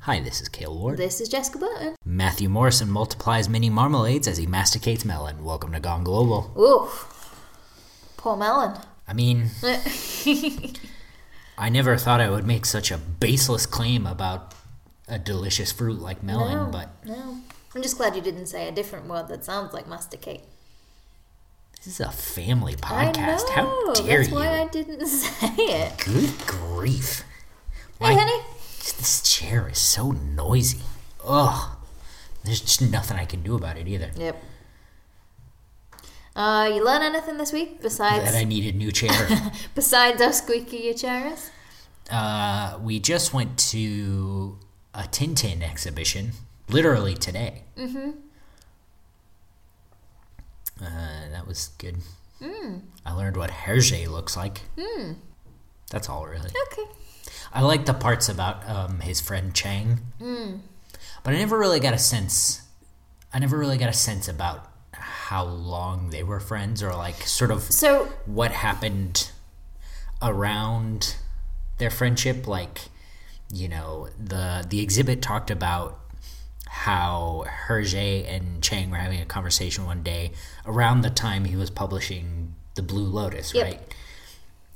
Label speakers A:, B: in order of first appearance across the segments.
A: Hi, this is Cale Ward.
B: This is Jessica Burton.
A: Matthew Morrison multiplies mini marmalades as he masticates melon. Welcome to Gone Global.
B: Ooh, poor melon.
A: I mean, I never thought I would make such a baseless claim about a delicious fruit like melon,
B: no,
A: but
B: no. I'm just glad you didn't say a different word that sounds like masticate.
A: this is a family podcast.
B: I know.
A: How dare
B: That's
A: you?
B: why I didn't say it.
A: Good grief. Why-
B: Hey, honey.
A: This chair is so noisy. Ugh. There's just nothing I can do about it either.
B: Yep. Uh, you learn anything this week besides
A: That I need a new chair.
B: besides how squeaky your chair is?
A: uh, we just went to a Tintin exhibition, literally today. Mm-hmm. Uh, that was good. I learned what Hergé looks like. That's all, really.
B: Okay.
A: I like the parts about um, his friend Chang, but I never really got a sense. I never really got a sense about how long they were friends, or like sort of
B: So
A: what happened around their friendship. Like, you know, the the exhibit talked about how Hergé and Chang were having a conversation one day around the time he was publishing The Blue Lotus,
B: Yep.
A: right?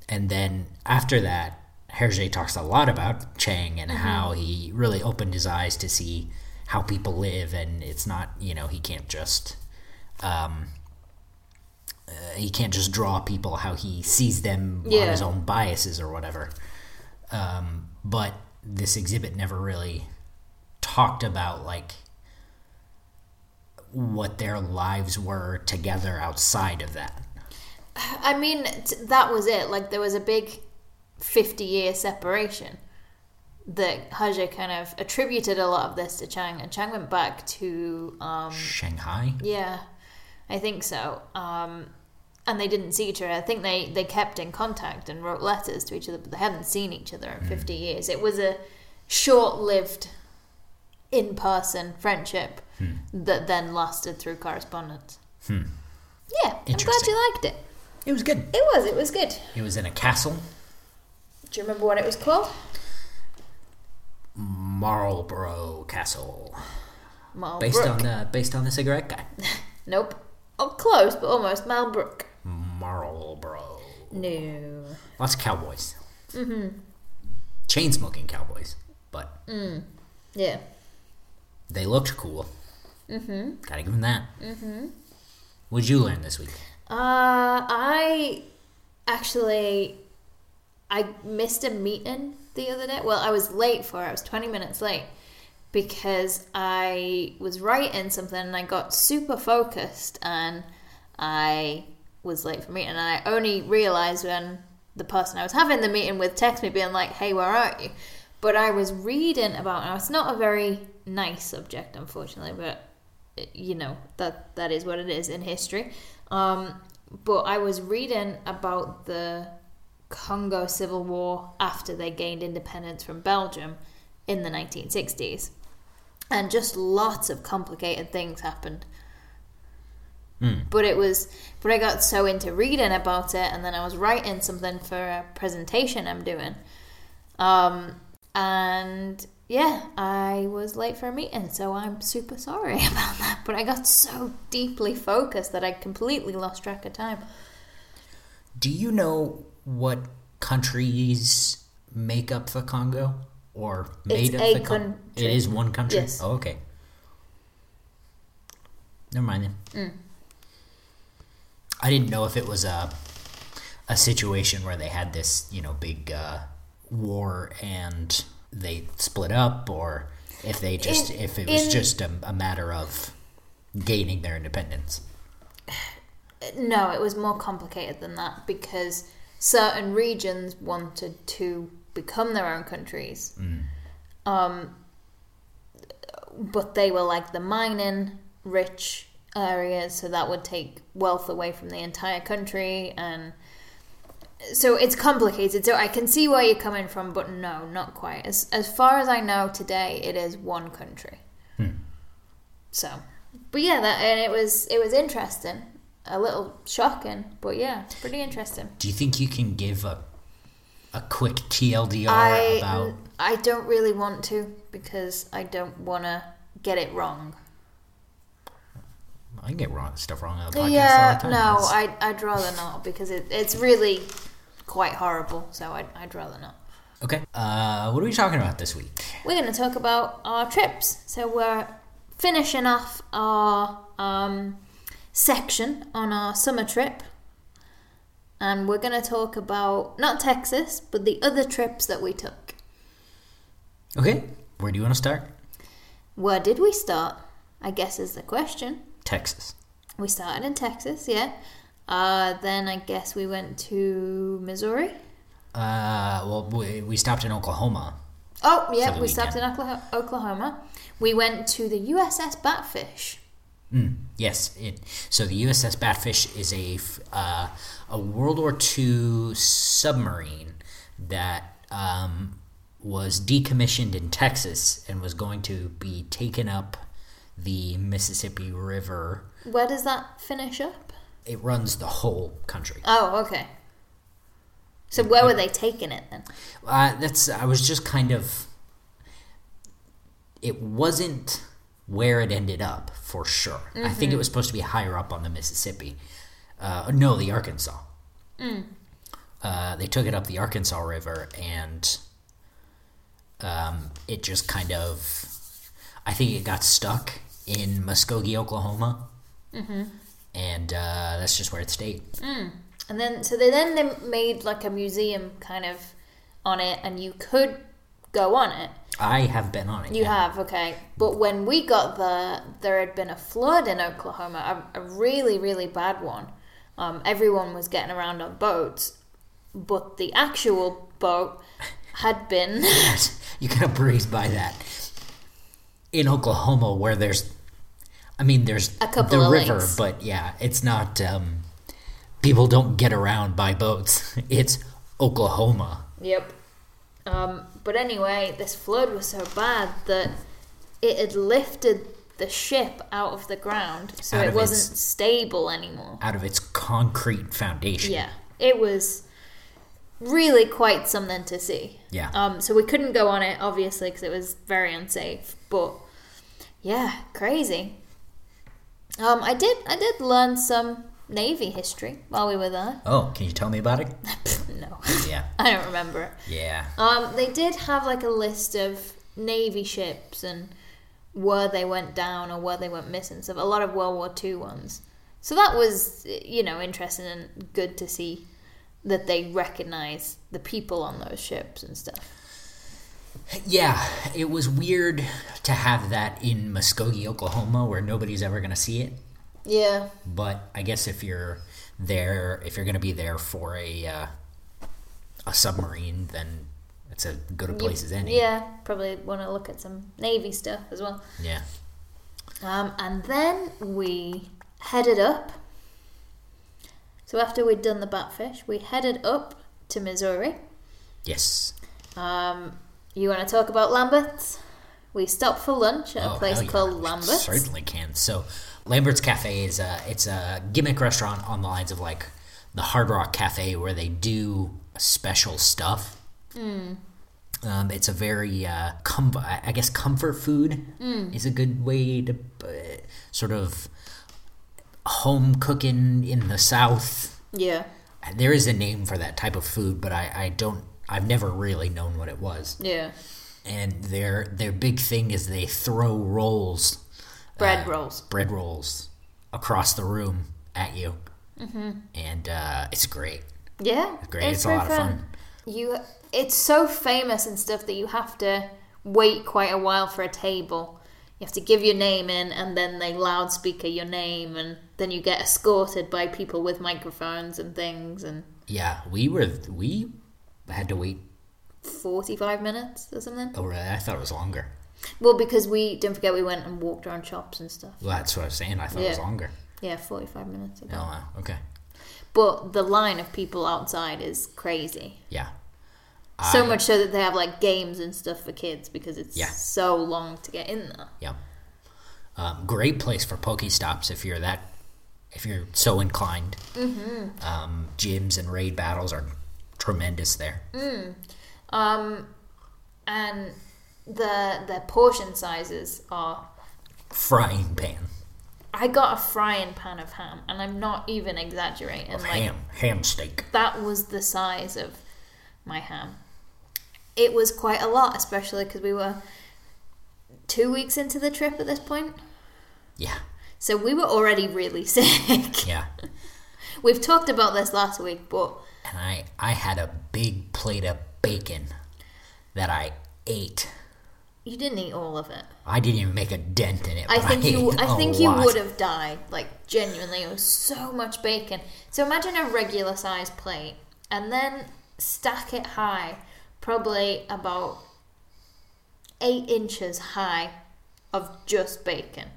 A: And then after that, Hergé talks a lot about Chang and
B: Mm-hmm.
A: how he really opened his eyes to see how people live, and it's not you know he can't just um, uh, he can't just draw people how he sees them on
B: Yeah.
A: his own biases or whatever. Um, but this exhibit never really talked about like what their lives were together outside of that.
B: I mean, t- that was it. Like there was a big fifty-year separation that Haja kind of attributed a lot of this to Chang, and Chang went back to um,
A: Shanghai.
B: yeah, I think so. Um, and they didn't see each other. I think they they kept in contact and wrote letters to each other, but they hadn't seen each other
A: Hmm.
B: in fifty years. It was a short-lived in-person friendship
A: Hmm.
B: that then lasted through correspondence. Yeah, I'm glad
A: Interesting.
B: you liked it.
A: It was good.
B: It was. It was good.
A: It was in a castle,
B: Do you remember what it was called?
A: Marlborough Castle,
B: Marlbrook.
A: based on the based on the cigarette guy,
B: Nope. Oh, close, but almost. Malbrook.
A: Marlborough.
B: No.
A: Lots of cowboys. Mm-hmm. Chain smoking cowboys, but
B: Yeah.
A: they looked cool. Mm-hmm. Gotta give them that. Mm-hmm. What'd you learn this week?
B: Uh, I actually I missed a meeting the other day. Well, I was late for it. I was 20 minutes late because I was writing something and I got super focused and I was late for meeting and I only realized when the person I was having the meeting with texted me being like, "Hey, where are you?" But I was reading about now it's not a very nice subject unfortunately, but you know that that is what it is in history um but i was reading about the congo civil war after they gained independence from belgium in the 1960s and just lots of complicated things happened but it was but i got so into reading about it and then i was writing something for a presentation i'm doing um and yeah, I was late for a meeting, so I'm super sorry about that. But I got so deeply focused that I completely lost track of time.
A: Do you know what countries make up the Congo or made
B: It's
A: up
B: a
A: the Congo? It
B: country.
A: is one country.
B: Yes.
A: Oh, okay. Never mind then.
B: Mm.
A: I didn't know if it was a a situation where they had this, you know, big uh, war and they split up, or if they just
B: In-
A: if it was
B: in-
A: just a, a matter of gaining their independence.
B: No, it was more complicated than that because certain regions wanted to become their own countries. Um, but they were like the mining rich areas, so that would take wealth away from the entire country. And so it's complicated. So I can see where you're coming from, but no, not quite. As, as far as I know today, it is one country. So, but yeah, that and it was it was interesting, a little shocking, but yeah, pretty interesting.
A: Do you think you can give a a quick TLDR
B: I
A: about
B: I don't really want to because I don't want to get it wrong.
A: I get wrong stuff wrong on the podcast
B: yeah,
A: all the time.
B: no,
A: It's-
B: I I'd rather not because it, it's really quite horrible. So I'd, I'd rather not.
A: okay. Uh, what are we talking about this week?
B: We're going to talk about our trips. So we're finishing off our um, section on our summer trip. And we're going to talk about not Texas, but the other trips that we took.
A: Okay, where do you want to start?
B: Where did we start? I guess is the question.
A: Texas.
B: We started in Texas, yeah. Uh, then I guess we went to Missouri.
A: Uh, well, we, we stopped in Oklahoma.
B: Oh,
A: For
B: yeah,
A: the
B: we stopped in Oklahoma. Oklahoma. We went to the USS Batfish.
A: Mm, yes, it. So the USS Batfish is a f- uh, a World War II submarine that um, was decommissioned in Texas and was going to be taken up the Mississippi River.
B: Where does that finish up?
A: It runs the whole country.
B: Oh, okay. So where were they taking it then?
A: Uh, that's. I was just kind of. It wasn't where it ended up for sure. I think it was supposed to be higher up on the Mississippi. Uh, no, the Arkansas. Uh, they took it up the Arkansas River, and um, it just kind of. I think it got stuck in Muskogee, Oklahoma. And uh, that's just where it stayed.
B: And then so they then they made like a museum kind of on it, and you could go on it.
A: I have been on it.
B: You
A: yeah.
B: have okay, but when we got there, there had been a flood in Oklahoma, a, a really really bad one. Um, everyone was getting around on boats, but the actual boat had been
A: Yes, you kind of breeze by that. In Oklahoma, where there's, I mean, there's
B: A couple
A: the
B: of
A: river,
B: lakes.
A: but yeah, it's not. Um, people don't get around by boats. It's Oklahoma.
B: Yep. Um, but anyway, this flood was so bad that it had lifted the ship out of the ground, so
A: Out
B: it
A: of
B: wasn't stable anymore.
A: Out of its concrete foundation.
B: Yeah, it was really quite something to see.
A: Yeah.
B: Um, so we couldn't go on it obviously because it was very unsafe. But yeah, crazy. Um, I did I did learn some navy history while we were there.
A: Oh, can you tell me about it?
B: no,
A: Yeah.
B: I don't remember it.
A: Yeah.
B: Um, they did have like a list of navy ships and where they went down or where they went missing. So a lot of World War II ones. So that was you know interesting and good to see that they recognize the people on those ships and stuff.
A: Yeah. It was weird to have that in Muskogee, Oklahoma, where nobody's ever going to see it.
B: Yeah.
A: but I guess if you're there, if you're going to be there for a uh, a submarine, then it's a good a place as any.
B: Yeah, probably want to look at some navy stuff as well.
A: Yeah.
B: Um, and then we headed up. So after we'd done the batfish, we headed up to Missouri.
A: Yes.
B: Um, you want to talk about Lambert's? We stopped for lunch at
A: Oh,
B: a place
A: hell yeah.
B: called
A: We
B: Lambert's.
A: Certainly can. So Lambert's Cafe is a it's a gimmick restaurant on the lines of like the Hard Rock Cafe where they do special stuff.
B: Hmm.
A: Um, it's a very uh, com- I I guess comfort food
B: Hmm.
A: is a good way to uh, sort of home cooking in the South.
B: Yeah,
A: There is a name for that type of food, but I, I don't. I've never really known what it was.
B: yeah.
A: And their their big thing is they throw rolls, Uh,
B: Bread rolls.
A: bread rolls, across the room at you, and uh, it's great.
B: Yeah,
A: great. It's a lot
B: very
A: of fun.
B: You, it's so famous and stuff that you have to wait quite a while for a table. You have to give your name in, and then they loudspeaker your name, and then you get escorted by people with microphones and things, and
A: Yeah, we were we had to wait.
B: forty-five minutes or something.
A: Oh, really? I thought it was longer.
B: Well, because we don't forget we went and walked around shops and stuff.
A: Well, that's what I was saying. I thought it was
B: Yeah.
A: longer.
B: Yeah, forty-five minutes.
A: Oh,
B: Ago.
A: wow. okay.
B: But the line of people outside is crazy.
A: Yeah,
B: So much so that they have like games and stuff for kids because it's
A: Yeah.
B: so long to get in there.
A: yeah. Um, great place for stops if you're that if you're so inclined. Mm-hmm. Um, gyms and raid battles are tremendous there.
B: Um, and the the portion sizes are.
A: Frying pan
B: I got a frying pan of ham, and I'm not even exaggerating.
A: of
B: like
A: ham, ham steak.
B: that was the size of my ham. It was quite a lot, especially because we were two weeks into the trip at this point.
A: Yeah,
B: So we were already really sick.
A: yeah.
B: We've talked about this last week, but
A: and I I had a big plate of bacon that I ate.
B: you didn't eat all of it.
A: I didn't even make a dent in it.
B: I
A: but
B: think you
A: ate
B: I
A: a
B: think you
A: lot.
B: would have died. Like genuinely, it was so much bacon. So imagine a regular sized plate and then stack it high, probably about eight inches high of just bacon.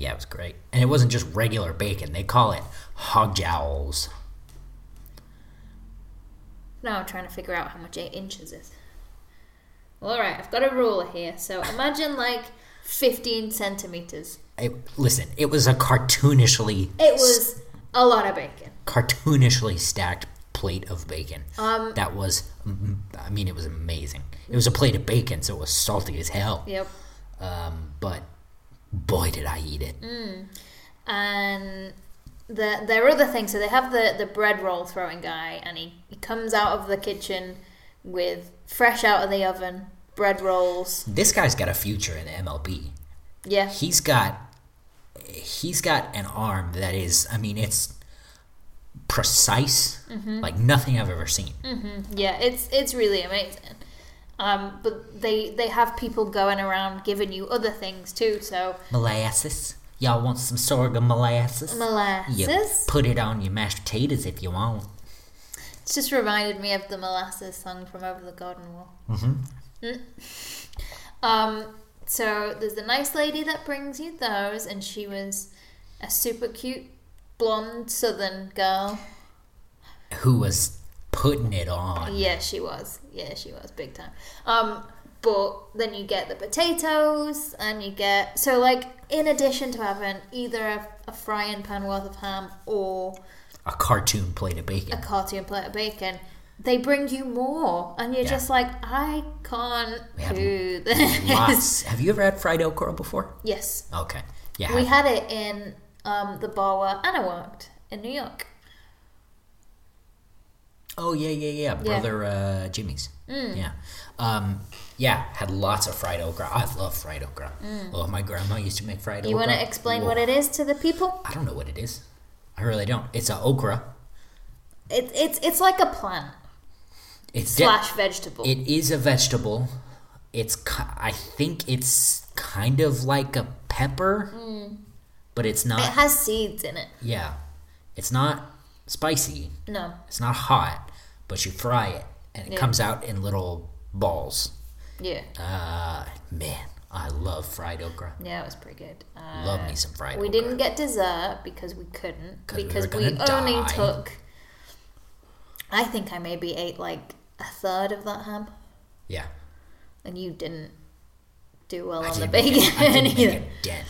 A: Yeah, it was great, and it wasn't just regular bacon. They call it hog jowls.
B: Now I'm trying to figure out how much eight inches is. Well, all right, I've got a ruler here. So imagine like 15 centimeters.
A: It, listen, it was a cartoonishly
B: It was a lot of bacon.
A: cartoonishly stacked plate of bacon.
B: Um,
A: that was, mm, I mean, it was amazing. It was a plate of bacon, so it was salty as hell.
B: Yep.
A: Um, but boy, did I eat
B: Mm.
A: it!
B: and the there are other things. So they have the the bread roll throwing guy, and he, he comes out of the kitchen with fresh out of the oven bread rolls.
A: This guy's got a future in MLB.
B: Yeah,
A: he's got he's got an arm that is i mean it's precise like nothing i've ever seen
B: yeah, it's it's really amazing. Um, but they they have people going around giving you other things too. So
A: molasses y'all want some sorghum molasses
B: molasses.
A: you put it on your mashed potatoes if you want
B: It's just reminded me of the molasses song from Over the Garden Wall. Mm-hmm. Um, so there's the nice lady that brings you those, and she was a super cute blonde Southern girl.
A: who was putting it on
B: Yeah, she was. Yeah, she was big time. Um, but then you get the potatoes, and you get so like in addition to having either a, a frying pan worth of ham or
A: a cartoon plate of
B: a
A: bacon
B: cartoon plate of bacon, they bring you more, and you're
A: Yeah.
B: just like, I can't
A: We had
B: do this.
A: lots have you ever had fried okra before
B: Yes,
A: okay yeah
B: we had it in um, the bar where Anna worked in New York.
A: oh yeah yeah yeah brother uh jimmy's
B: Mm.
A: yeah um yeah had lots of fried okra i love fried okra oh my grandma used to make fried
B: Mm. You
A: okra
B: want to explain
A: Whoa.
B: what it is to the people?
A: I don't know what it is. I really don't. It's a okra.
B: It, it's it's like a plant
A: It's de-
B: slash vegetable.
A: it is a vegetable. It's ki- I think it's kind of like a pepper, but it's
B: Mm. it
A: not.
B: has seeds in it.
A: yeah, it's not spicy.
B: No,
A: It's not hot, but you fry it and it
B: Yeah.
A: comes out in little balls.
B: yeah,
A: Uh, man, I love fried okra.
B: yeah, it was pretty good. Uh,
A: Love me some fried
B: we
A: okra.
B: didn't get dessert because we couldn't
A: 'Cause we were
B: because we,
A: gonna
B: only
A: die.
B: took. I think I maybe ate like a third of that ham.
A: Yeah,
B: and you didn't do well
A: I
B: on the
A: didn't,
B: bacon
A: make, a- I didn't make
B: either,
A: a dent.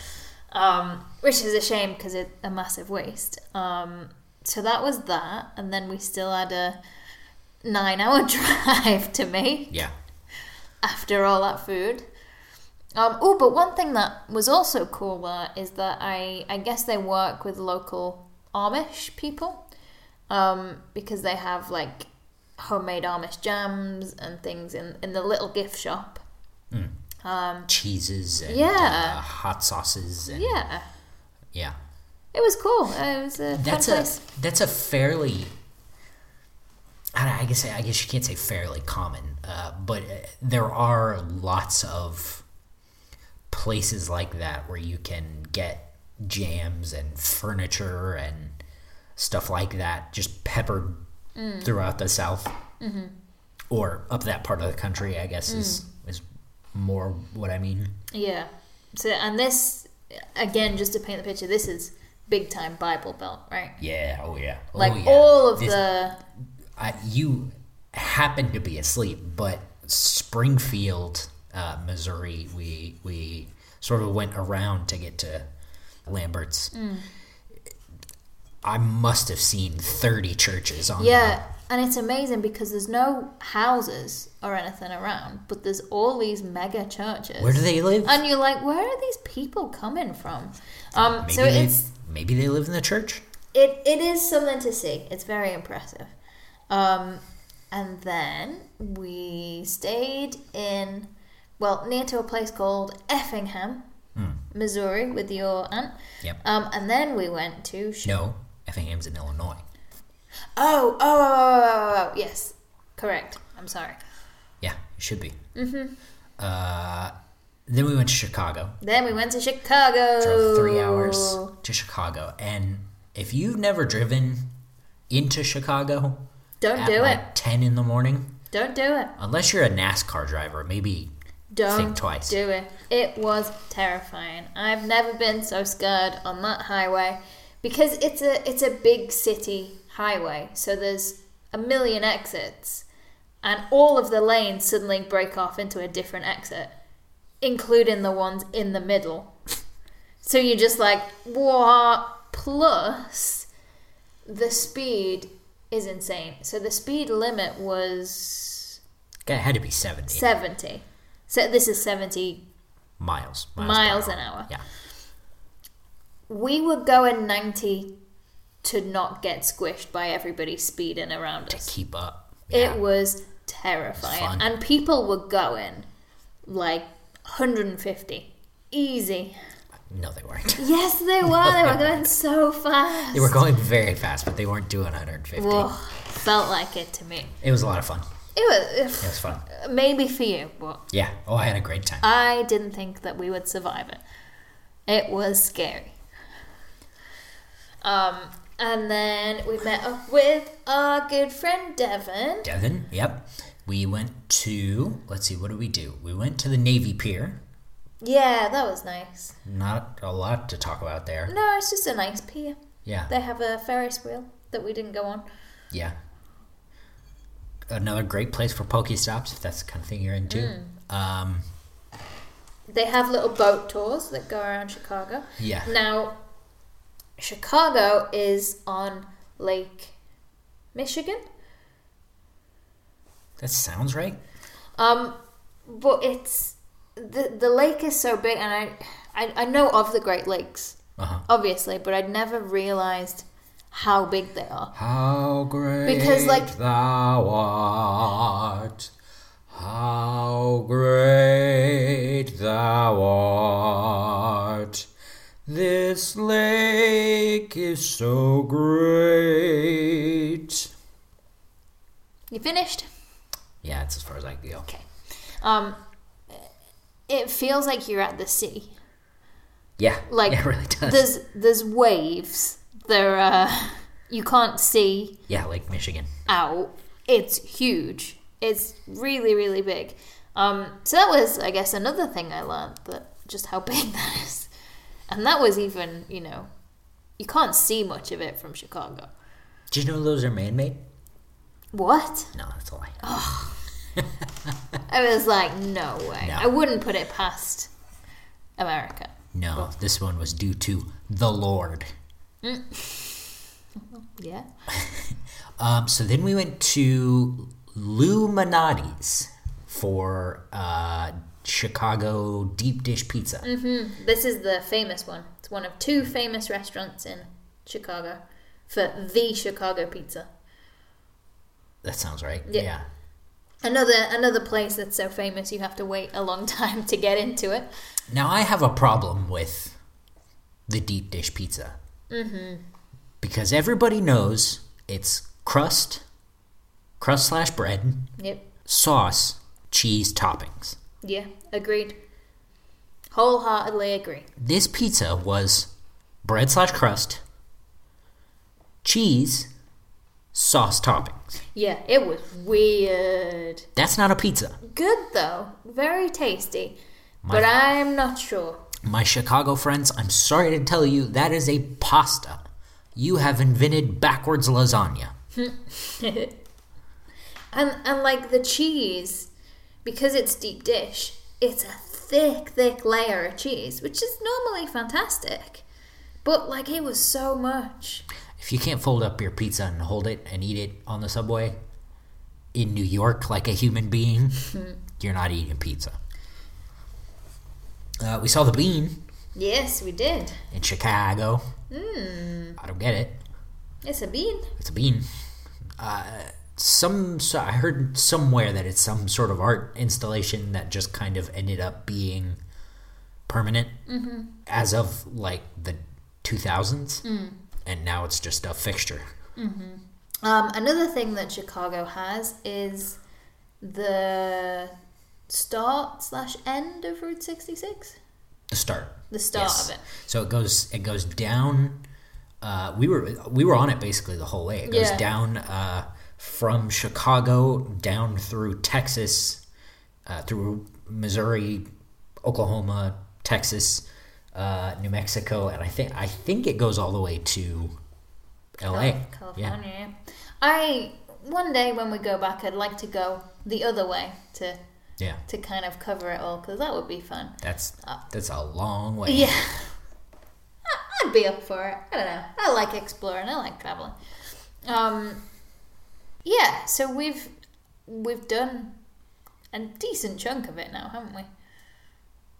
B: um, which is a shame because it's a massive waste. Um, so that was that, and then we still had a nine-hour drive to make
A: Yeah,
B: after all that food. Um, oh, but one thing that was also cool there is that I, I guess they work with local Amish people um, because they have like homemade Amish jams and things in, in the little gift shop. Um,
A: cheeses and
B: Yeah.
A: uh, hot sauces and
B: yeah,
A: yeah.
B: it was cool. Uh, It was a
A: that's
B: fun
A: a
B: place.
A: that's a fairly I, don't- I guess I guess you can't say fairly common, uh, but uh, there are lots of places like that where you can get jams and furniture and stuff like that just peppered
B: Mm.
A: throughout the South
B: Mm-hmm.
A: or up that part of the country. I guess is
B: Mm.
A: is more what I mean.
B: Yeah. So and this again, just to paint the picture, this is big time Bible Belt, right?
A: Yeah. Oh yeah.
B: Like
A: oh, yeah.
B: all of
A: This- Uh-huh.
B: the
A: I, you happened to be asleep, but Springfield, uh, Missouri, we we sort of went around to get to Lambert's. I must have seen thirty churches on
B: yeah.
A: the
B: And it's amazing because there's no houses or anything around, but there's all these mega churches.
A: Where do they live?
B: And you're like, where are these people coming from? Um,
A: maybe
B: so
A: they,
B: it's
A: maybe they live in the church.
B: it it is something to see. It's very impressive. Um, and then we stayed in well near to a place called Effingham, Missouri, with your aunt.
A: Hmm. Yep.
B: Um, and then we went to Sh-
A: No, Effingham's in Illinois.
B: oh, oh, oh, oh, oh, oh, yes, correct. I'm sorry.
A: Yeah, it should be. Mm-hmm. Uh, then we went to Chicago.
B: Then we went to Chicago.
A: Drove three hours to Chicago, and if you've never driven into Chicago
B: Don't
A: at
B: do
A: like
B: it.
A: ten in the morning,
B: Don't do it.
A: unless you're a NASCAR driver, maybe
B: Don't
A: twice.
B: do it. It was terrifying. I've never been so scared on that highway because it's a it's a big city highway. So there's a million exits and all of the lanes suddenly break off into a different exit, including the ones in the middle. So you're just like, what? Plus, the speed is insane. So the speed limit was
A: it had to be seventy
B: 70. So this is 70
A: miles. Miles, per
B: miles an hour.
A: Yeah,
B: We were going 90 to not get squished by everybody speeding around us.
A: keep up. Yeah.
B: It was terrifying.
A: Fun.
B: and people were going like 150. Easy.
A: no, they weren't.
B: Yes, they were. They were going so fast.
A: They were going very fast, but they weren't doing 150.
B: Whoa, felt like it to me.
A: It was a lot of fun.
B: It was
A: It was fun.
B: maybe for you, but
A: Yeah. Oh, I had a great time.
B: I didn't think that we would survive it. It was scary. Um, and then we met up with our good friend Devon.
A: Devon. Yep. We went to. Let's see. What did we do? We went to the Navy Pier.
B: Yeah, that was nice.
A: Not a lot to talk about there.
B: No, it's just a nice pier.
A: Yeah.
B: They have a Ferris wheel that we didn't go on.
A: Yeah. Another great place for Pokestops if that's the kind of thing you're
B: Mm.
A: into. Um,
B: They have little boat tours that go around Chicago.
A: yeah.
B: Now, Chicago is on Lake Michigan.
A: That sounds right.
B: Um, but it's the the lake is so big, and I I, I know of the Great Lakes,
A: Uh huh.
B: obviously, but I'd never realized how big they are.
A: How great
B: Because, like-
A: thou art. How great thou art. This lake is so great.
B: You finished?
A: Yeah, it's as far as I can go.
B: Okay. Um, it feels like you're at the sea.
A: Yeah,
B: Like
A: yeah, it really does.
B: There's there's waves. There are uh, you can't see
A: yeah, Lake Michigan.
B: out. It's huge. It's really really big. Um, so that was, I guess, another thing I learned that just how big that is, and that was even you know, you can't see much of it from Chicago.
A: Did you know those are man-made?
B: What?
A: No, that's a lie.
B: I was like, no way.
A: No.
B: I wouldn't put it past America.
A: No, this one was due to the Lord.
B: Yeah.
A: Um, so then we went to Luminati's for uh, Chicago deep dish pizza.
B: This is the famous one. It's one of two famous restaurants in Chicago for the Chicago pizza.
A: That sounds right.
B: Yeah.
A: yeah.
B: Another another place that's so famous you have to wait a long time to get into it.
A: Now I have a problem with the deep dish pizza mm-hmm. because everybody knows it's crust, crust slash bread,
B: Yep.
A: sauce, cheese, toppings.
B: Yeah, agreed. Wholeheartedly agree.
A: this pizza was bread slash crust, cheese, sauce toppings.
B: Yeah, it was weird.
A: That's not a pizza.
B: Good though. Very tasty.
A: My-
B: But I'm not sure.
A: My Chicago friends, I'm sorry to tell you, that is a pasta. You have invented backwards lasagna.
B: and and like the cheese, because it's deep dish, it's a thick, thick layer of cheese, which is normally fantastic. But like it was so much.
A: if you can't fold up your pizza and hold it and eat it on the subway in New York like a human being, you're not eating pizza. Uh, we saw the bean
B: Yes, we did.
A: in Chicago. I don't get it.
B: It's a bean.
A: It's a bean. Uh, some so I heard somewhere that it's some sort of art installation that just kind of ended up being permanent as of like the 2000s, and now it's just a fixture.
B: Um, another thing that Chicago has is the start slash end of Route 66.
A: The start.
B: The start
A: Yes.
B: of it.
A: So it goes it goes down. Uh, we were we were on it basically the whole way. It goes
B: Yeah.
A: down uh, from Chicago down through Texas, uh, through Missouri, Oklahoma, Texas, uh, New Mexico, and I think I think it goes all the way to L.A.
B: Cal- California. yeah. I one day when we go back, I'd like to go the other way to
A: Yeah, yeah.
B: to kind of cover it all because that would be fun.
A: That's that's a long way.
B: Uh, Yeah. I- I'd be up for it. I don't know. I like exploring. I like traveling. Um, yeah. So we've we've done a decent chunk of it now, haven't we?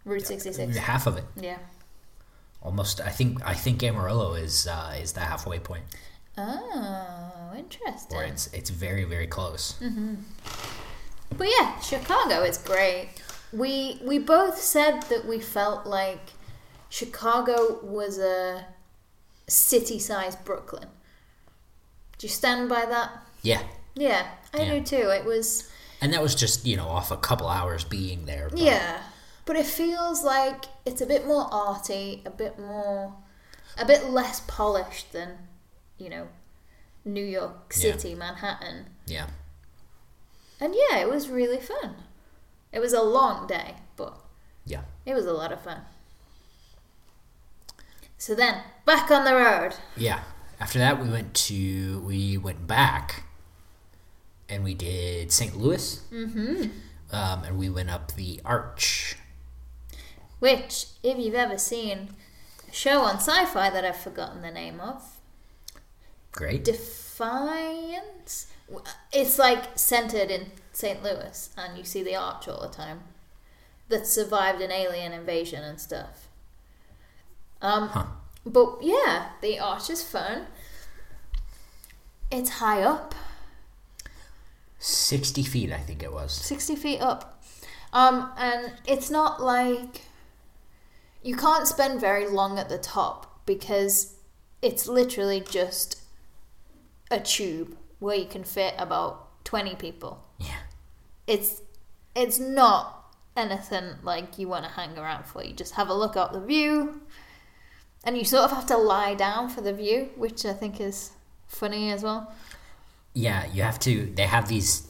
B: Route sixty six.
A: Half of it,
B: Yeah.
A: almost. I think. I think Amarillo is uh, is the halfway point,
B: Oh, interesting.
A: or it's it's very very close.
B: Mm. But yeah, Chicago is great. We we both said that we felt like Chicago was a city-sized Brooklyn. Do you stand by that?
A: Yeah,
B: Yeah, I
A: Yeah.
B: do too. It was
A: And that was just, you know, off a couple hours being there. but-
B: yeah, but it feels like it's a bit more arty, a bit more, a bit less polished than you know, New York
A: Yeah.
B: City, Manhattan.
A: Yeah.
B: And yeah, it was really fun. It was a long day, but
A: Yeah.
B: It was a lot of fun. So then, back on the road.
A: Yeah. After that, we went to, we went back and we did St. Louis. Mm-hmm. Um, and we went up the arch.
B: Which, if you've ever seen a show on sci fi that I've forgotten the name of,
A: Great.
B: Defiance? W- It's like centered in St. Louis, and you see the arch all the time that survived an alien invasion and stuff. Um,
A: Huh.
B: But yeah, the arch is fun. It's high up.
A: 60 feet, I think it was.
B: 60 feet up. Um, and it's not like you can't spend very long at the top because it's literally just a tube where you can fit about 20 people.
A: Yeah.
B: It's it's not anything like you want to hang around for. You just have a look at the view and you sort of have to lie down for the view, which I think is funny as well.
A: Yeah. You have to, they have these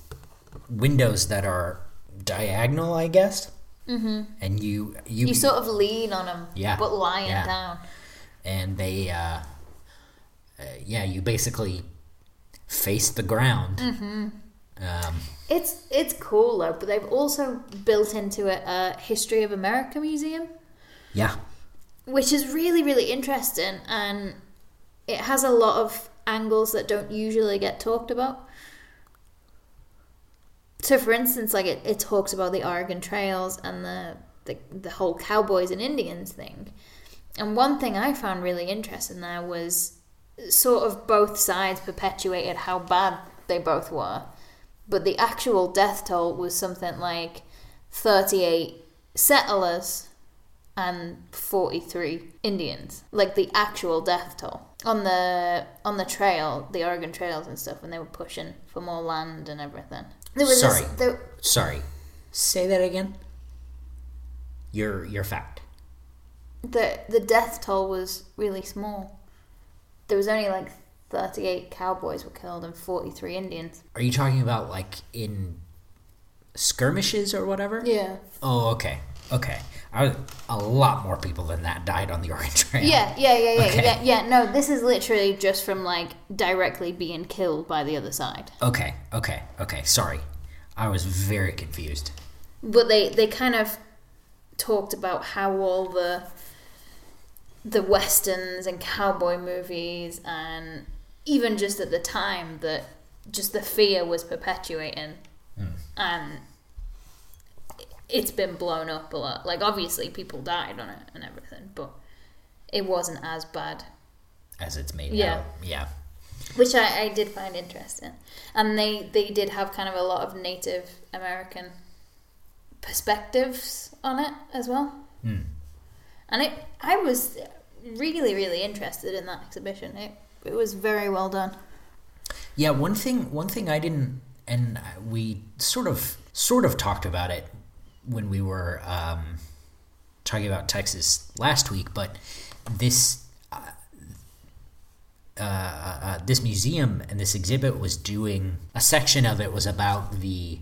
A: windows that are diagonal, I guess. Mm-hmm. And you, you,
B: You sort of lean on them
A: Yeah,
B: but lying
A: yeah.
B: down.
A: and they uh, uh yeah you basically face the ground um,
B: It's it's cool though, but they've also built into it a history of America museum,
A: yeah
B: which is really really interesting, and it has a lot of angles that don't usually get talked about. So, for instance, like it, it talks about the Oregon trails and the, the the whole cowboys and Indians thing, and one thing I found really interesting there was sort of both sides perpetuated how bad they both were but the actual death toll was something like 38 settlers and 43 Indians like the actual death toll on the on the trail the Oregon trails and stuff when they were pushing for more land and everything there was this-
A: Sorry.
B: there-
A: sorry say that again your your fact
B: the the death toll was really small there was only like 38 cowboys were killed and 43 Indians
A: are you talking about like in skirmishes or whatever
B: yeah
A: oh okay okay I, a lot more people than that died on the orange trail
B: Yeah, yeah, yeah, yeah,
A: Okay.
B: yeah, yeah. No, this is literally just from like directly being killed by the other side.
A: okay okay okay sorry i was very confused
B: But they they kind of talked about how all the the westerns and cowboy movies and even just at the time that just the fear was perpetuating and it's been blown up a lot like obviously people died on it and everything but it wasn't as bad
A: as it's made
B: Yeah.
A: out. Yeah.
B: which I, I did find interesting and they they did have kind of a lot of native american perspectives on it as well
A: Hmm.
B: and it i was really really interested in that exhibition it, it was very well done
A: Yeah, one thing one thing I didn't and we sort of sort of talked about it when we were um, talking about Texas last week, but this uh, uh, uh, this museum and this exhibit was doing a section of it was about the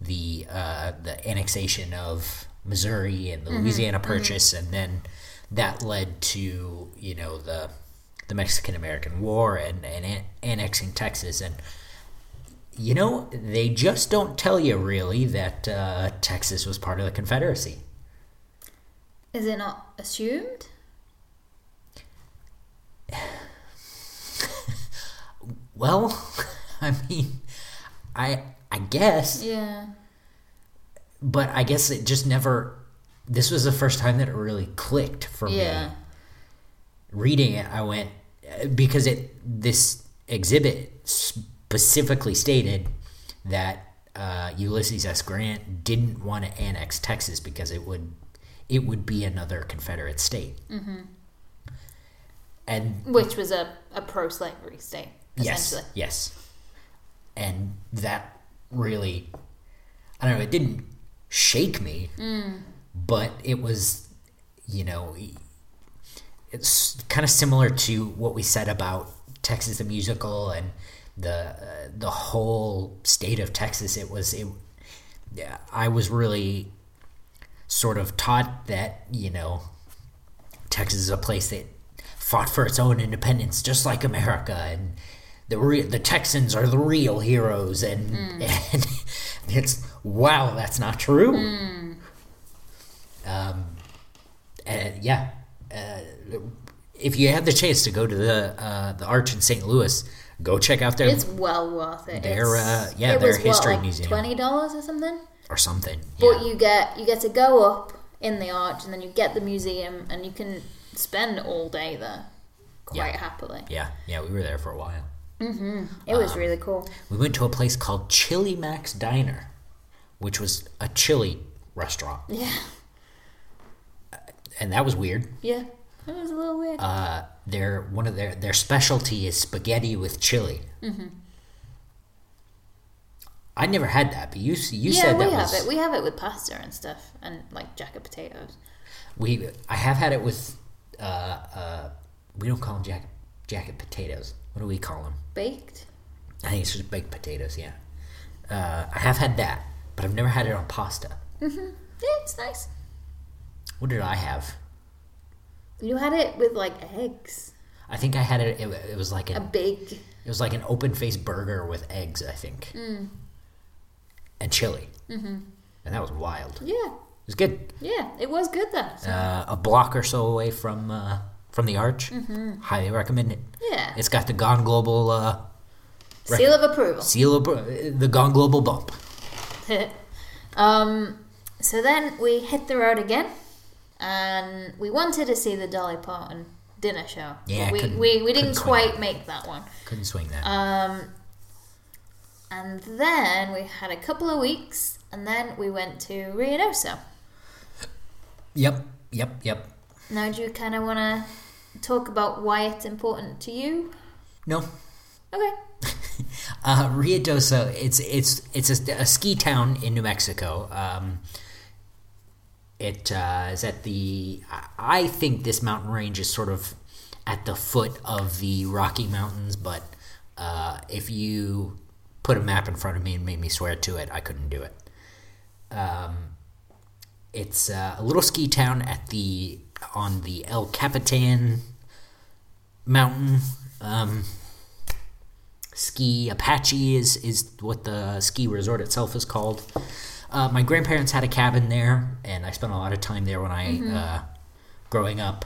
A: the uh, the annexation of Missouri and the Louisiana Purchase, and then that led to you know the the Mexican American War and, and an- annexing Texas and you know they just don't tell you really that uh, Texas was part of the Confederacy.
B: is it not assumed
A: Well, I mean, I I guess,
B: yeah
A: but I guess it just never. This was the first time that it really clicked for
B: yeah
A: me. Reading it, I went because it this exhibit specifically stated that uh, Ulysses S. Grant didn't want to annex Texas because it would it would be another Confederate state. Mm-hmm. And
B: which was a, a pro-slavery state
A: Yes.
B: essentially
A: Yes. And that really, I don't know, it didn't shake me, but it was, you know, e, it's kind of similar to what we said about Texas the musical and the uh, the whole state of Texas. It was it. yeah, I was really sort of taught that you know Texas is a place that fought for its own independence, just like America, and the re- the Texans are the real heroes, and and it's wow, that's not true. Um, and yeah, uh, if you had the chance to go to the uh, the Arch in St. Louis, go check out their
B: it's well worth it
A: Their,
B: It's-
A: uh, yeah,
B: it
A: their
B: was, what,
A: history
B: like
A: museum.
B: $20 or something
A: or something.
B: But
A: Yeah.
B: you get you get to go up in the arch, and then you get the museum, and you can spend all day there quite
A: Yeah.
B: happily.
A: yeah, yeah, we were there for a while.
B: It was
A: Um,
B: really cool.
A: We went to a place called Chili Max Diner, which was a chili restaurant,
B: Yeah,
A: and that was weird.
B: yeah, it was a little weird.
A: uh, their one of their their specialty is spaghetti with chili. Mm-hmm. I never had that, but you s- you
B: yeah,
A: said
B: we
A: that
B: have
A: was
B: it. We have it with pasta and stuff, and like jacket potatoes.
A: we. I have had it with. Uh, uh, we don't call them jacket jacket potatoes. What do we call them?
B: Baked?
A: I think it's just baked potatoes. Yeah, uh, I have had that, but I've never had it on pasta.
B: Yeah, it's nice.
A: What did I have?
B: You had it with like eggs.
A: I think I had it. It, wa- it was like
B: A
A: an
B: big
A: it was like an open faced burger with eggs. I think, and chili, mm-hmm. and that was wild.
B: Yeah.
A: It was good.
B: Yeah, it was good though. So,
A: Uh, a block or so away from uh, from the arch. Highly recommend it.
B: yeah.
A: It's got the Gone Global uh, rec-
B: Seal of approval.
A: seal, of, the Gone Global bump.
B: um, so then we hit the road again, and we wanted to see the Dolly Parton dinner show.
A: Yeah,
B: But we,
A: couldn't-
B: we, we didn't
A: couldn't swing
B: quite make that one.
A: Couldn't swing that.
B: Um, and then we had a couple of weeks, and then we went to Rionoso.
A: yep, yep, yep.
B: Now, do you kind of want to talk about why it's important to you?
A: No,
B: Okay.
A: uh, Rio Doso. It's it's it's a, a ski town in New Mexico. Um, it uh, is at the. I- I think this mountain range is sort of at the foot of the Rocky Mountains, but uh, if you put a map in front of me and made me swear to it, I couldn't do it. Um, It's uh, a little ski town at the on the El Capitan mountain. Um, ski Apache is is what the ski resort itself is called. Uh, my grandparents had a cabin there, and I spent a lot of time there when I uh, growing up.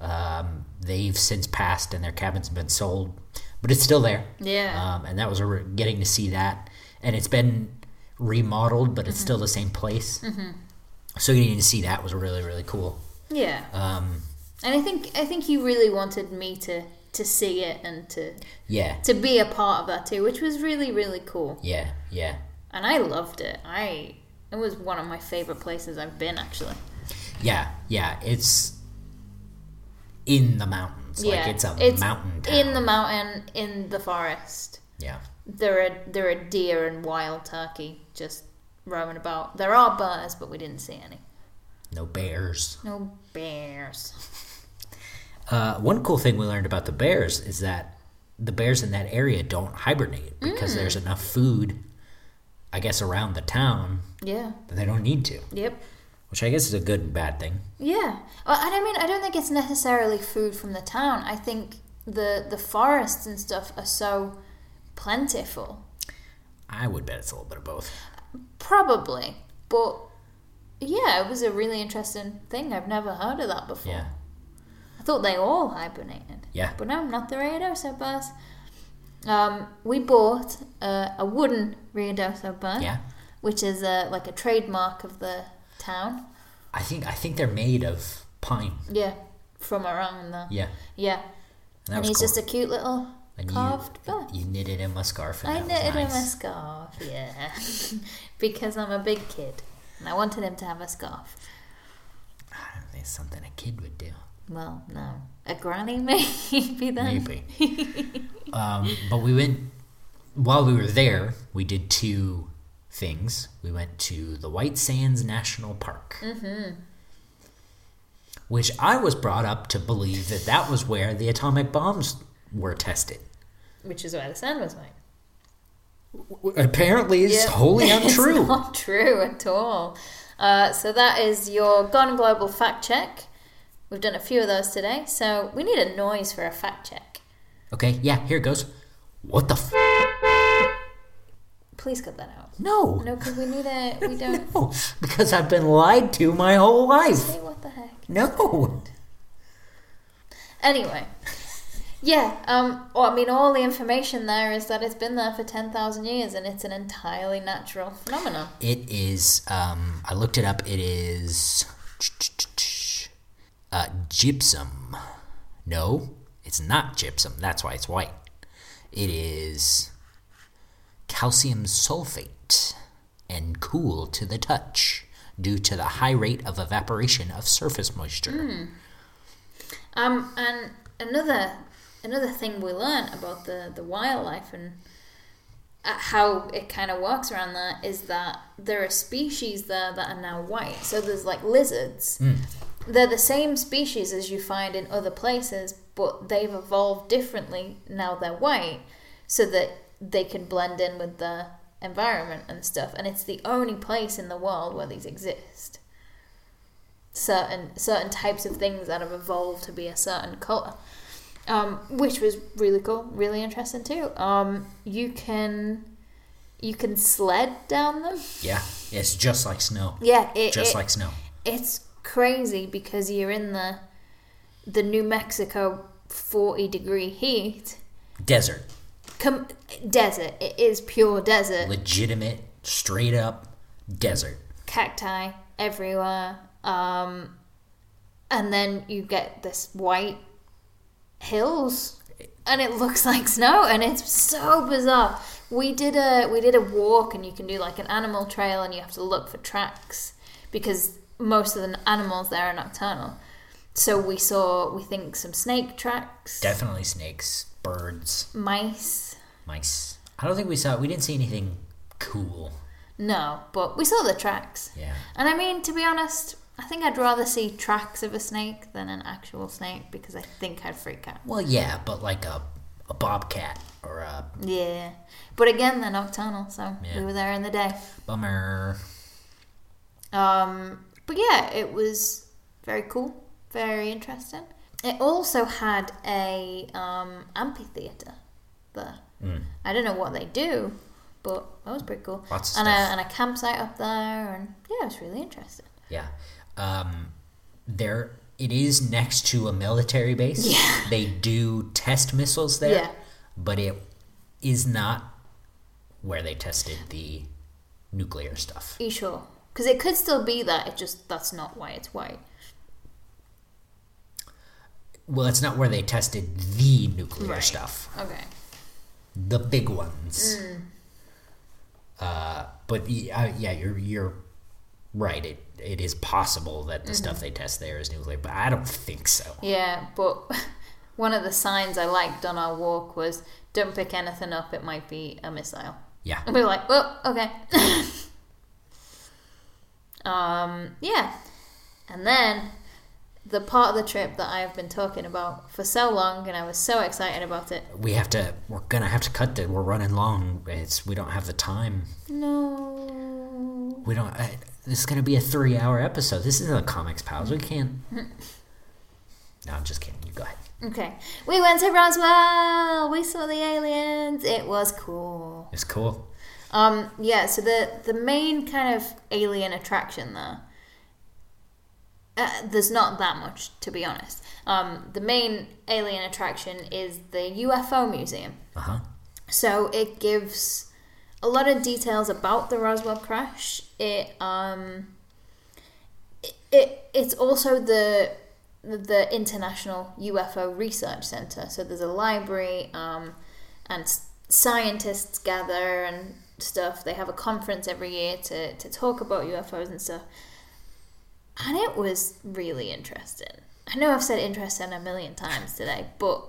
A: Um, they've since passed, and their cabin's been sold. but it's still there.
B: Yeah.
A: Um, and that was a re- getting to see that, and it's been remodeled, but it's still the same place. Mm-hmm. So getting to see that was really really cool.
B: yeah.
A: Um,
B: And I think I think you really wanted me to to see it and to
A: yeah,
B: to be a part of that too, which was really really cool.
A: yeah, yeah,
B: And I loved it. I it was one of my favorite places I've been actually.
A: yeah, yeah. It's in the mountains. Like it's a mountain town.
B: in the mountain in the forest.
A: yeah,
B: There are there are deer and wild turkey just roaming about. There are bears, but we didn't see any.
A: no bears.
B: No bears.
A: Uh, one cool thing we learned about the bears is that the bears in that area don't hibernate because
B: Mm.
A: there's enough food, I guess, around the town
B: Yeah.
A: that they don't need to,
B: Yep.
A: which I guess is a good and bad thing.
B: Yeah, well, and I mean, I don't think it's necessarily food from the town. I think the the forests and stuff are so plentiful,
A: I would bet it's a little bit of both.
B: probably. But yeah, it was a really interesting thing. I've never heard of that before.
A: Yeah.
B: I thought they all hibernated,
A: Yeah.
B: but no, not the Rhaedosa bus. Um, we bought uh, a wooden Rhaedosa bus,
A: Yeah.
B: which is a, like a trademark of the town.
A: I think I think they're made of pine.
B: Yeah, from around there.
A: Yeah.
B: Yeah.
A: That
B: and
A: was
B: he's
A: cool.
B: just a cute little
A: and
B: carved
A: you,
B: bus.
A: you knitted him a scarf. And
B: I
A: that
B: knitted
A: was nice.
B: him a scarf, yeah, because I'm a big kid, and I wanted him to have a scarf.
A: I don't think it's something a kid would do.
B: Well, no, a granny maybe then.
A: Maybe. um, but we went while we were there. We did two things. We went to the White Sands National Park, mm-hmm. which I was brought up to believe that that was where the atomic bombs were tested.
B: Which is where the sand was made.
A: W- Apparently, it's
B: Yeah.
A: wholly
B: It's
A: untrue.
B: not true at all. Uh, so that is your Gone Global fact check. We've done a few of those today, so we need a noise for a fact check.
A: okay, yeah, here it goes. What the f?
B: Please cut that out.
A: No.
B: No, because we need a. We don't.
A: No, because I've been lied to my whole life.
B: Hey, what the heck?
A: No.
B: Anyway, yeah. Um. Well, I mean, all the information there is that it's been there for ten thousand years, and it's an entirely natural phenomenon.
A: It is. Um, I looked it up. It is uh, gypsum. No, it's not gypsum. That's why it's white. It is calcium sulfate and cool to the touch due to the high rate of evaporation of surface moisture.
B: Um. And another another thing we learn about the the wildlife and uh, how it kind of works around that is that there are species there that are now white. So there's like lizards. They're the same species as you find in other places, but they've evolved differently. Now they're white, so that they can blend in with the environment and stuff. And it's the only place in the world where these exist. Certain certain types of things that have evolved to be a certain color um, which was really cool, really interesting too. Um, you can you can sled down them.
A: Yeah, it's just like snow.
B: Yeah, it,
A: Just
B: it-
A: like snow.
B: it's crazy because you're in the the New Mexico forty degree heat
A: Desert.
B: com- desert. It is pure desert.
A: Legitimate, straight up desert.
B: cacti everywhere. Um, and then you get this white hills, and it looks like snow, and it's so bizarre. We did a we did a walk, and you can do like an animal trail, and you have to look for tracks because most of the animals there are nocturnal. So we saw we think some snake tracks,
A: Definitely snakes, birds.
B: mice.
A: mice. I don't think we saw. We didn't see anything cool.
B: No, but we saw the tracks.
A: Yeah.
B: And I mean, to be honest, I think I'd rather see tracks of a snake than an actual snake because I think I'd freak out.
A: Well, yeah, but like a a bobcat or a
B: Yeah. But again, they're nocturnal, so
A: Yeah.
B: we were there in the day.
A: bummer.
B: Um, but yeah, it was very cool, very interesting. It also had a um, amphitheater there.
A: Hmm.
B: I don't know what they do, but that was pretty cool.
A: Lots of stuff.
B: and a and a campsite up there, and yeah, it was really interesting.
A: Yeah. Um, there it is next to a military base.
B: Yeah.
A: They do test missiles there.
B: Yeah.
A: but it is not where they tested the nuclear stuff.
B: Are you sure? Because it could still be that. It just that's not why it's white.
A: Well, it's not where they tested the nuclear
B: Right.
A: stuff,
B: Okay.
A: the big ones. Uh, but y- uh, yeah, you're you're right. It it is possible that the stuff they test there is nuclear, but I don't think so.
B: Yeah, but one of the signs I liked on our walk was "Don't pick anything up. It might be a missile."
A: Yeah.
B: And we were like, "Well, okay." um. Yeah. And then the part of the trip that I have been talking about for so long, and I was so excited about it.
A: we have to we're gonna have to cut that we're running long it's we don't have the time
B: No.
A: we don't I, this is gonna be a three hour episode this isn't a comics pals we can't no i'm just kidding you go ahead
B: Okay. We went to Roswell. We saw the aliens. It was cool.
A: it's cool
B: Um, yeah, so the the main kind of alien attraction there. Uh, there's not that much, to be honest. Um, the main alien attraction is the UFO museum.
A: uh-huh
B: So it gives a lot of details about the Roswell crash. It um it, it it's also the the International UFO Research Center. So there's a library um and s- scientists gather and stuff. They have a conference every year to to talk about UFOs and stuff. And it was really interesting. I know I've said interesting a million times today, but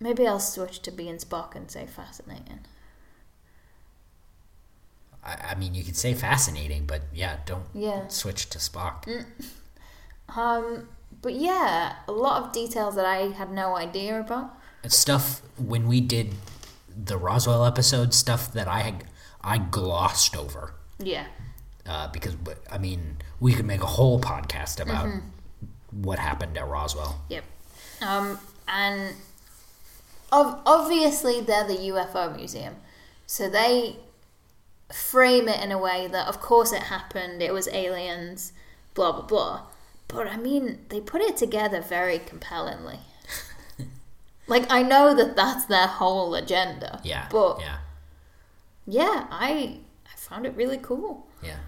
B: Maybe I'll switch to being Spock and say fascinating.
A: I, I mean you could say fascinating but yeah don't
B: Yeah.
A: switch to spock
B: Um, but yeah, a lot of details that I had no idea about.
A: stuff when we did the roswell episode stuff that i had i glossed over
B: Yeah.
A: uh, because but, i mean we could make a whole podcast about
B: Mm-hmm.
A: what happened at roswell
B: Yep. Um, and ov- obviously they're the UFO museum, so they frame it in a way that, of course, it happened. It was aliens, blah blah blah. But I mean, they put it together very compellingly. like I know that that's their whole agenda.
A: yeah
B: But
A: yeah
B: yeah, I I found it really cool.
A: yeah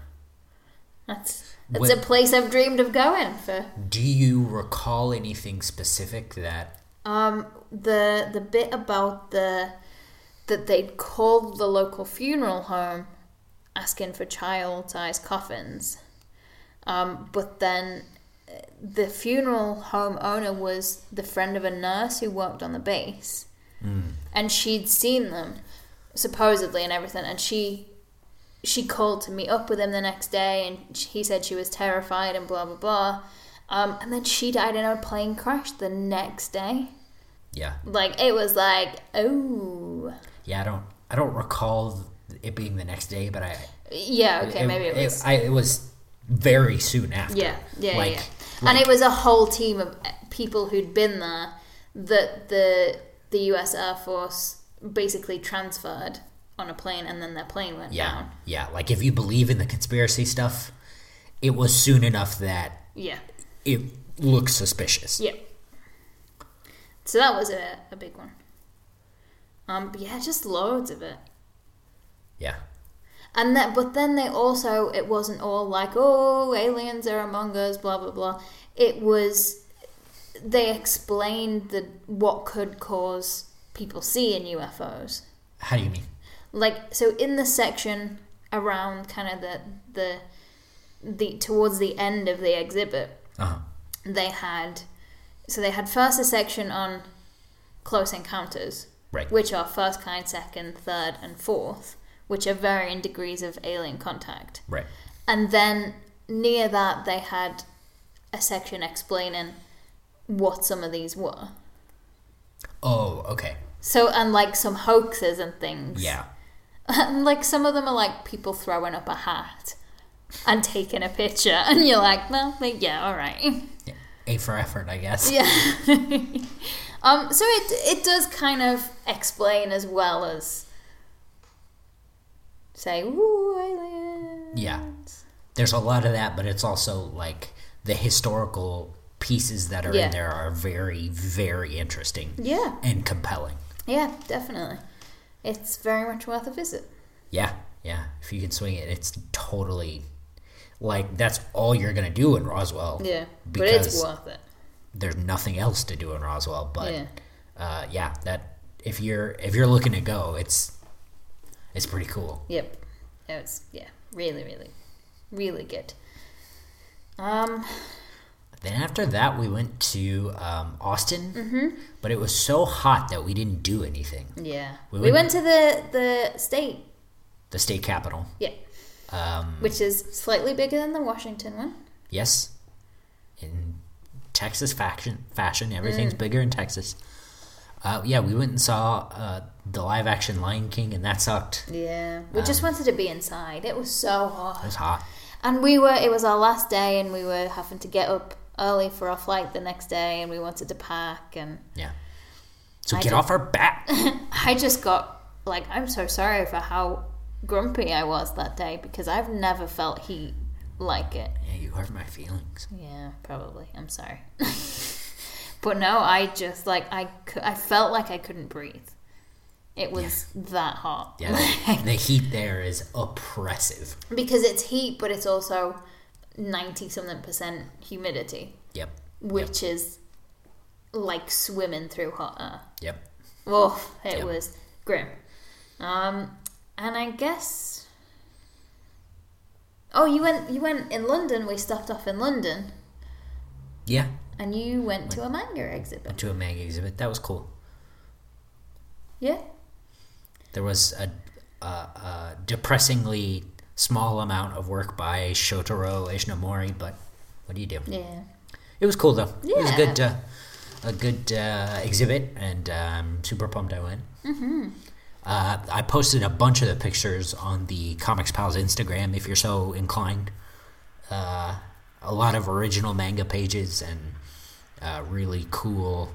B: That's that's
A: When-
B: a place I've dreamed of going for.
A: Do you recall anything specific that?
B: Um, the the bit about the that they'd called the local funeral home asking for child sized coffins, um, but then uh, the funeral home owner was the friend of a nurse who worked on the base, and she'd seen them supposedly and everything, and she she called to meet up with him the next day, and sh- he said she was terrified and blah blah blah. Um, and then she died in a plane crash the next day.
A: Yeah,
B: Like it was like, oh,
A: yeah. I don't. I don't recall it being the next day, but I.
B: yeah, okay, maybe it was.
A: I, it was very soon after.
B: yeah, yeah,
A: like,
B: yeah. and it was a whole team of people who'd been there that the the U.S. Air Force basically transferred on a plane, and then their plane went
A: Yeah,
B: down.
A: yeah. Like if you believe in the conspiracy stuff, it was soon enough that
B: Yeah,
A: it looks suspicious.
B: yeah. So that was a, a big one. Um, but yeah, just loads of it.
A: Yeah,
B: And that, but then they also, it wasn't all like, oh, aliens are among us, blah blah blah. It was, they explained the what could cause people seeing UFOs.
A: How do you mean?
B: Like so, in the section around kind of the the the towards the end of the exhibit,
A: Uh huh.
B: they had, so they had first a section on close encounters,
A: Right.
B: which are first kind, second, third, and fourth, which are varying degrees of alien contact.
A: Right.
B: And then near that, they had a section explaining what some of these were.
A: Oh, okay.
B: So, and like some hoaxes and things.
A: Yeah.
B: And like some of them are like people throwing up a hat and taking a picture. And you're like, well, like, yeah, all right.
A: A for effort, I guess.
B: Yeah. um, so it, it does kind of explain as well as say, ooh, aliens.
A: Yeah. There's a lot of that, but it's also like the historical pieces that are
B: Yeah.
A: in there are very, very interesting
B: Yeah.
A: and compelling.
B: Yeah, definitely. It's very much worth a visit.
A: Yeah, yeah. If you can swing it, it's totally like that's all you're gonna do in Roswell.
B: Yeah, but
A: Because-
B: it's worth it.
A: There's nothing else to do in Roswell, but
B: Yeah.
A: uh, yeah, that if you're if you're looking to go, it's it's pretty cool.
B: Yep. It was yeah, really, really, really good. Um,
A: Then after that, we went to um, Austin, but it was so hot that we didn't do anything.
B: yeah.
A: We
B: We,
A: went-
B: went to the the state,
A: The state capital,
B: yeah,
A: um,
B: which is slightly bigger than the Washington one.
A: yes, in Texas fashion, fashion everything's bigger in Texas. Uh, yeah, we went and saw uh, the live action Lion King, and that sucked.
B: Yeah. Um, We just wanted to be inside. It was so hot.
A: It was hot.
B: And we were, it was our last day, and we were having to get up early for our flight the next day, and we wanted to pack. And
A: Yeah. So
B: I
A: get
B: did-
A: off our back.
B: I just got, like, I'm so sorry for how grumpy I was that day because I've never felt heat like it.
A: yeah, you hurt my feelings.
B: Yeah, probably. I'm sorry. but no, I just, like, I, cou- I felt like I couldn't breathe. It was that hot.
A: Yeah, the- the heat there is oppressive.
B: because it's heat, but it's also 90 something percent humidity.
A: Yep.
B: which is like swimming through hot air.
A: Yep.
B: Oh, it
A: Yeah.
B: was grim. Um, and I guess. Oh, you went. You went in London. We stopped off in London,
A: Yeah.
B: and you went to a manga exhibit.
A: Went to a mag exhibit. That was cool.
B: Yeah,
A: There was a, a, a depressingly small amount of work by Shotaro Ishinomori, but what do you do?
B: yeah,
A: It was cool though. It was a
B: Yeah.
A: good, uh, a good uh, exhibit, and um, super pumped I went. Mm-hmm. Uh, I posted a bunch of the pictures on the Comics Pals Instagram if you're so inclined. Uh, a lot of original manga pages and uh, really cool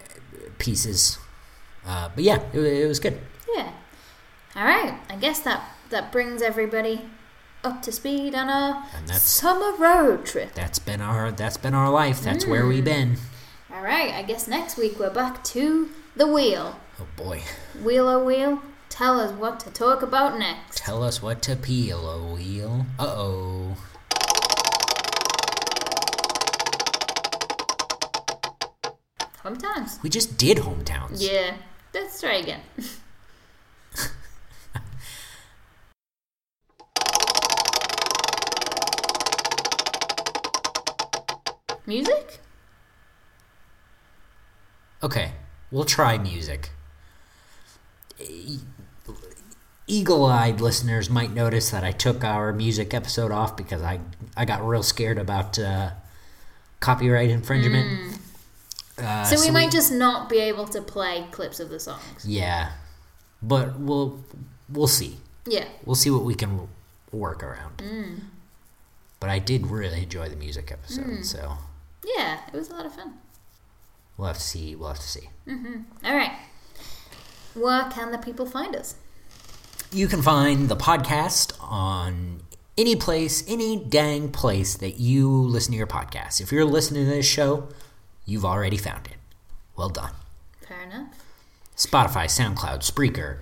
A: uh, pieces. Uh, but yeah, it, it was good.
B: yeah. All right. I guess that that brings everybody up to speed on our
A: And that's-
B: summer road trip.
A: That's been our that's been our life. That's where we've been.
B: All right. I guess next week we're back to the wheel.
A: Oh boy,
B: Wheel o' Wheel, tell us what to talk about next.
A: tell us what to peel, oh wheel. Uh oh.
B: Sometimes.
A: We just did hometowns.
B: Yeah, let's try again. Music?
A: Okay, we'll try music. E- Eagle-eyed listeners might notice that I took our music episode off because I I got real scared about uh, copyright infringement. Uh,
B: Mm. so we might just not be able to play clips of the songs.
A: yeah, but we'll we'll see.
B: Yeah.
A: We'll see what we can work around.
B: Mm.
A: But I did really enjoy the music episode,
B: Mm.
A: so
B: Yeah, it was a lot of fun.
A: we'll have to see. We'll have to see.
B: All right. Where can the people find us?
A: You can find the podcast on any place, any dang place that you listen to your podcast. If you're listening to this show, you've already found it. Well done.
B: Fair enough.
A: Spotify, SoundCloud, Spreaker.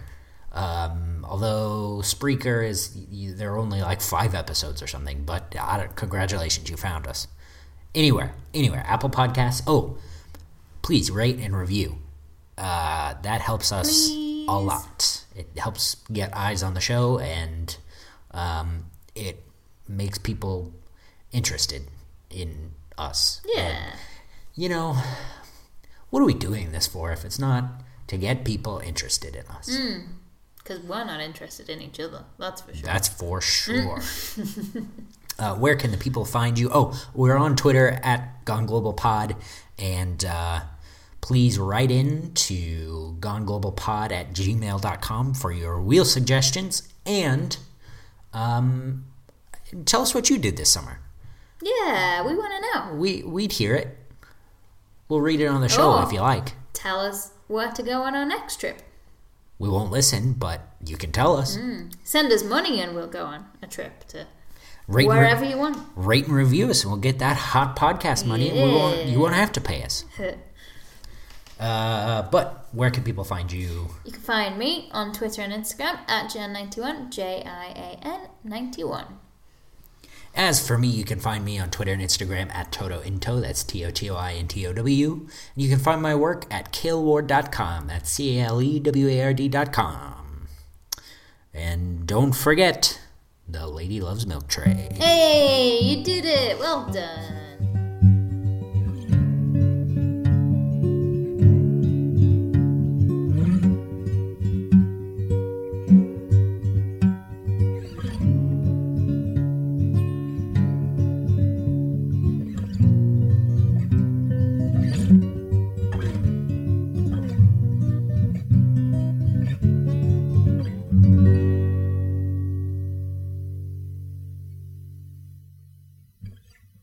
A: Um, although Spreaker is, you, there are only like five episodes or something, but I don't, congratulations, you found us. Anywhere, anywhere. Apple Podcasts. Oh, please rate and review. Uh, that helps us
B: Please.
A: a lot. It helps get eyes on the show and um, it makes people interested in us. And,
B: Yeah.
A: you know, what are we doing this for if it's not to get people interested in us?
B: Because we're not interested in each other, that's for sure.
A: That's for sure. uh, where can the people find you? Oh, we're on Twitter at Gone Global Pod, and uh, please write in to gonglobalpod at gmail.com for your wheel suggestions and um, tell us what you did this summer.
B: Yeah, we want to know.
A: We, we'd hear it. We'll read it on the show
B: Oh.
A: if you like.
B: tell us where to go on our next trip.
A: We won't listen, but you can tell us.
B: Send us money and we'll go on a trip to
A: Rate, and re-
B: wherever you want.
A: rate and review us, and we'll get that hot podcast money. and We won't, you won't have to pay us. Uh, but where can people find you?
B: You can find me on Twitter and Instagram at Jan91, J I A N 91.
A: As for me, you can find me on Twitter and Instagram at Toto Into, that's T O T O I N T O W. And you can find my work at caleward.com, that's C A L E W A R D.com. And don't forget, the lady loves milk tray.
B: Hey, you did it! Well done.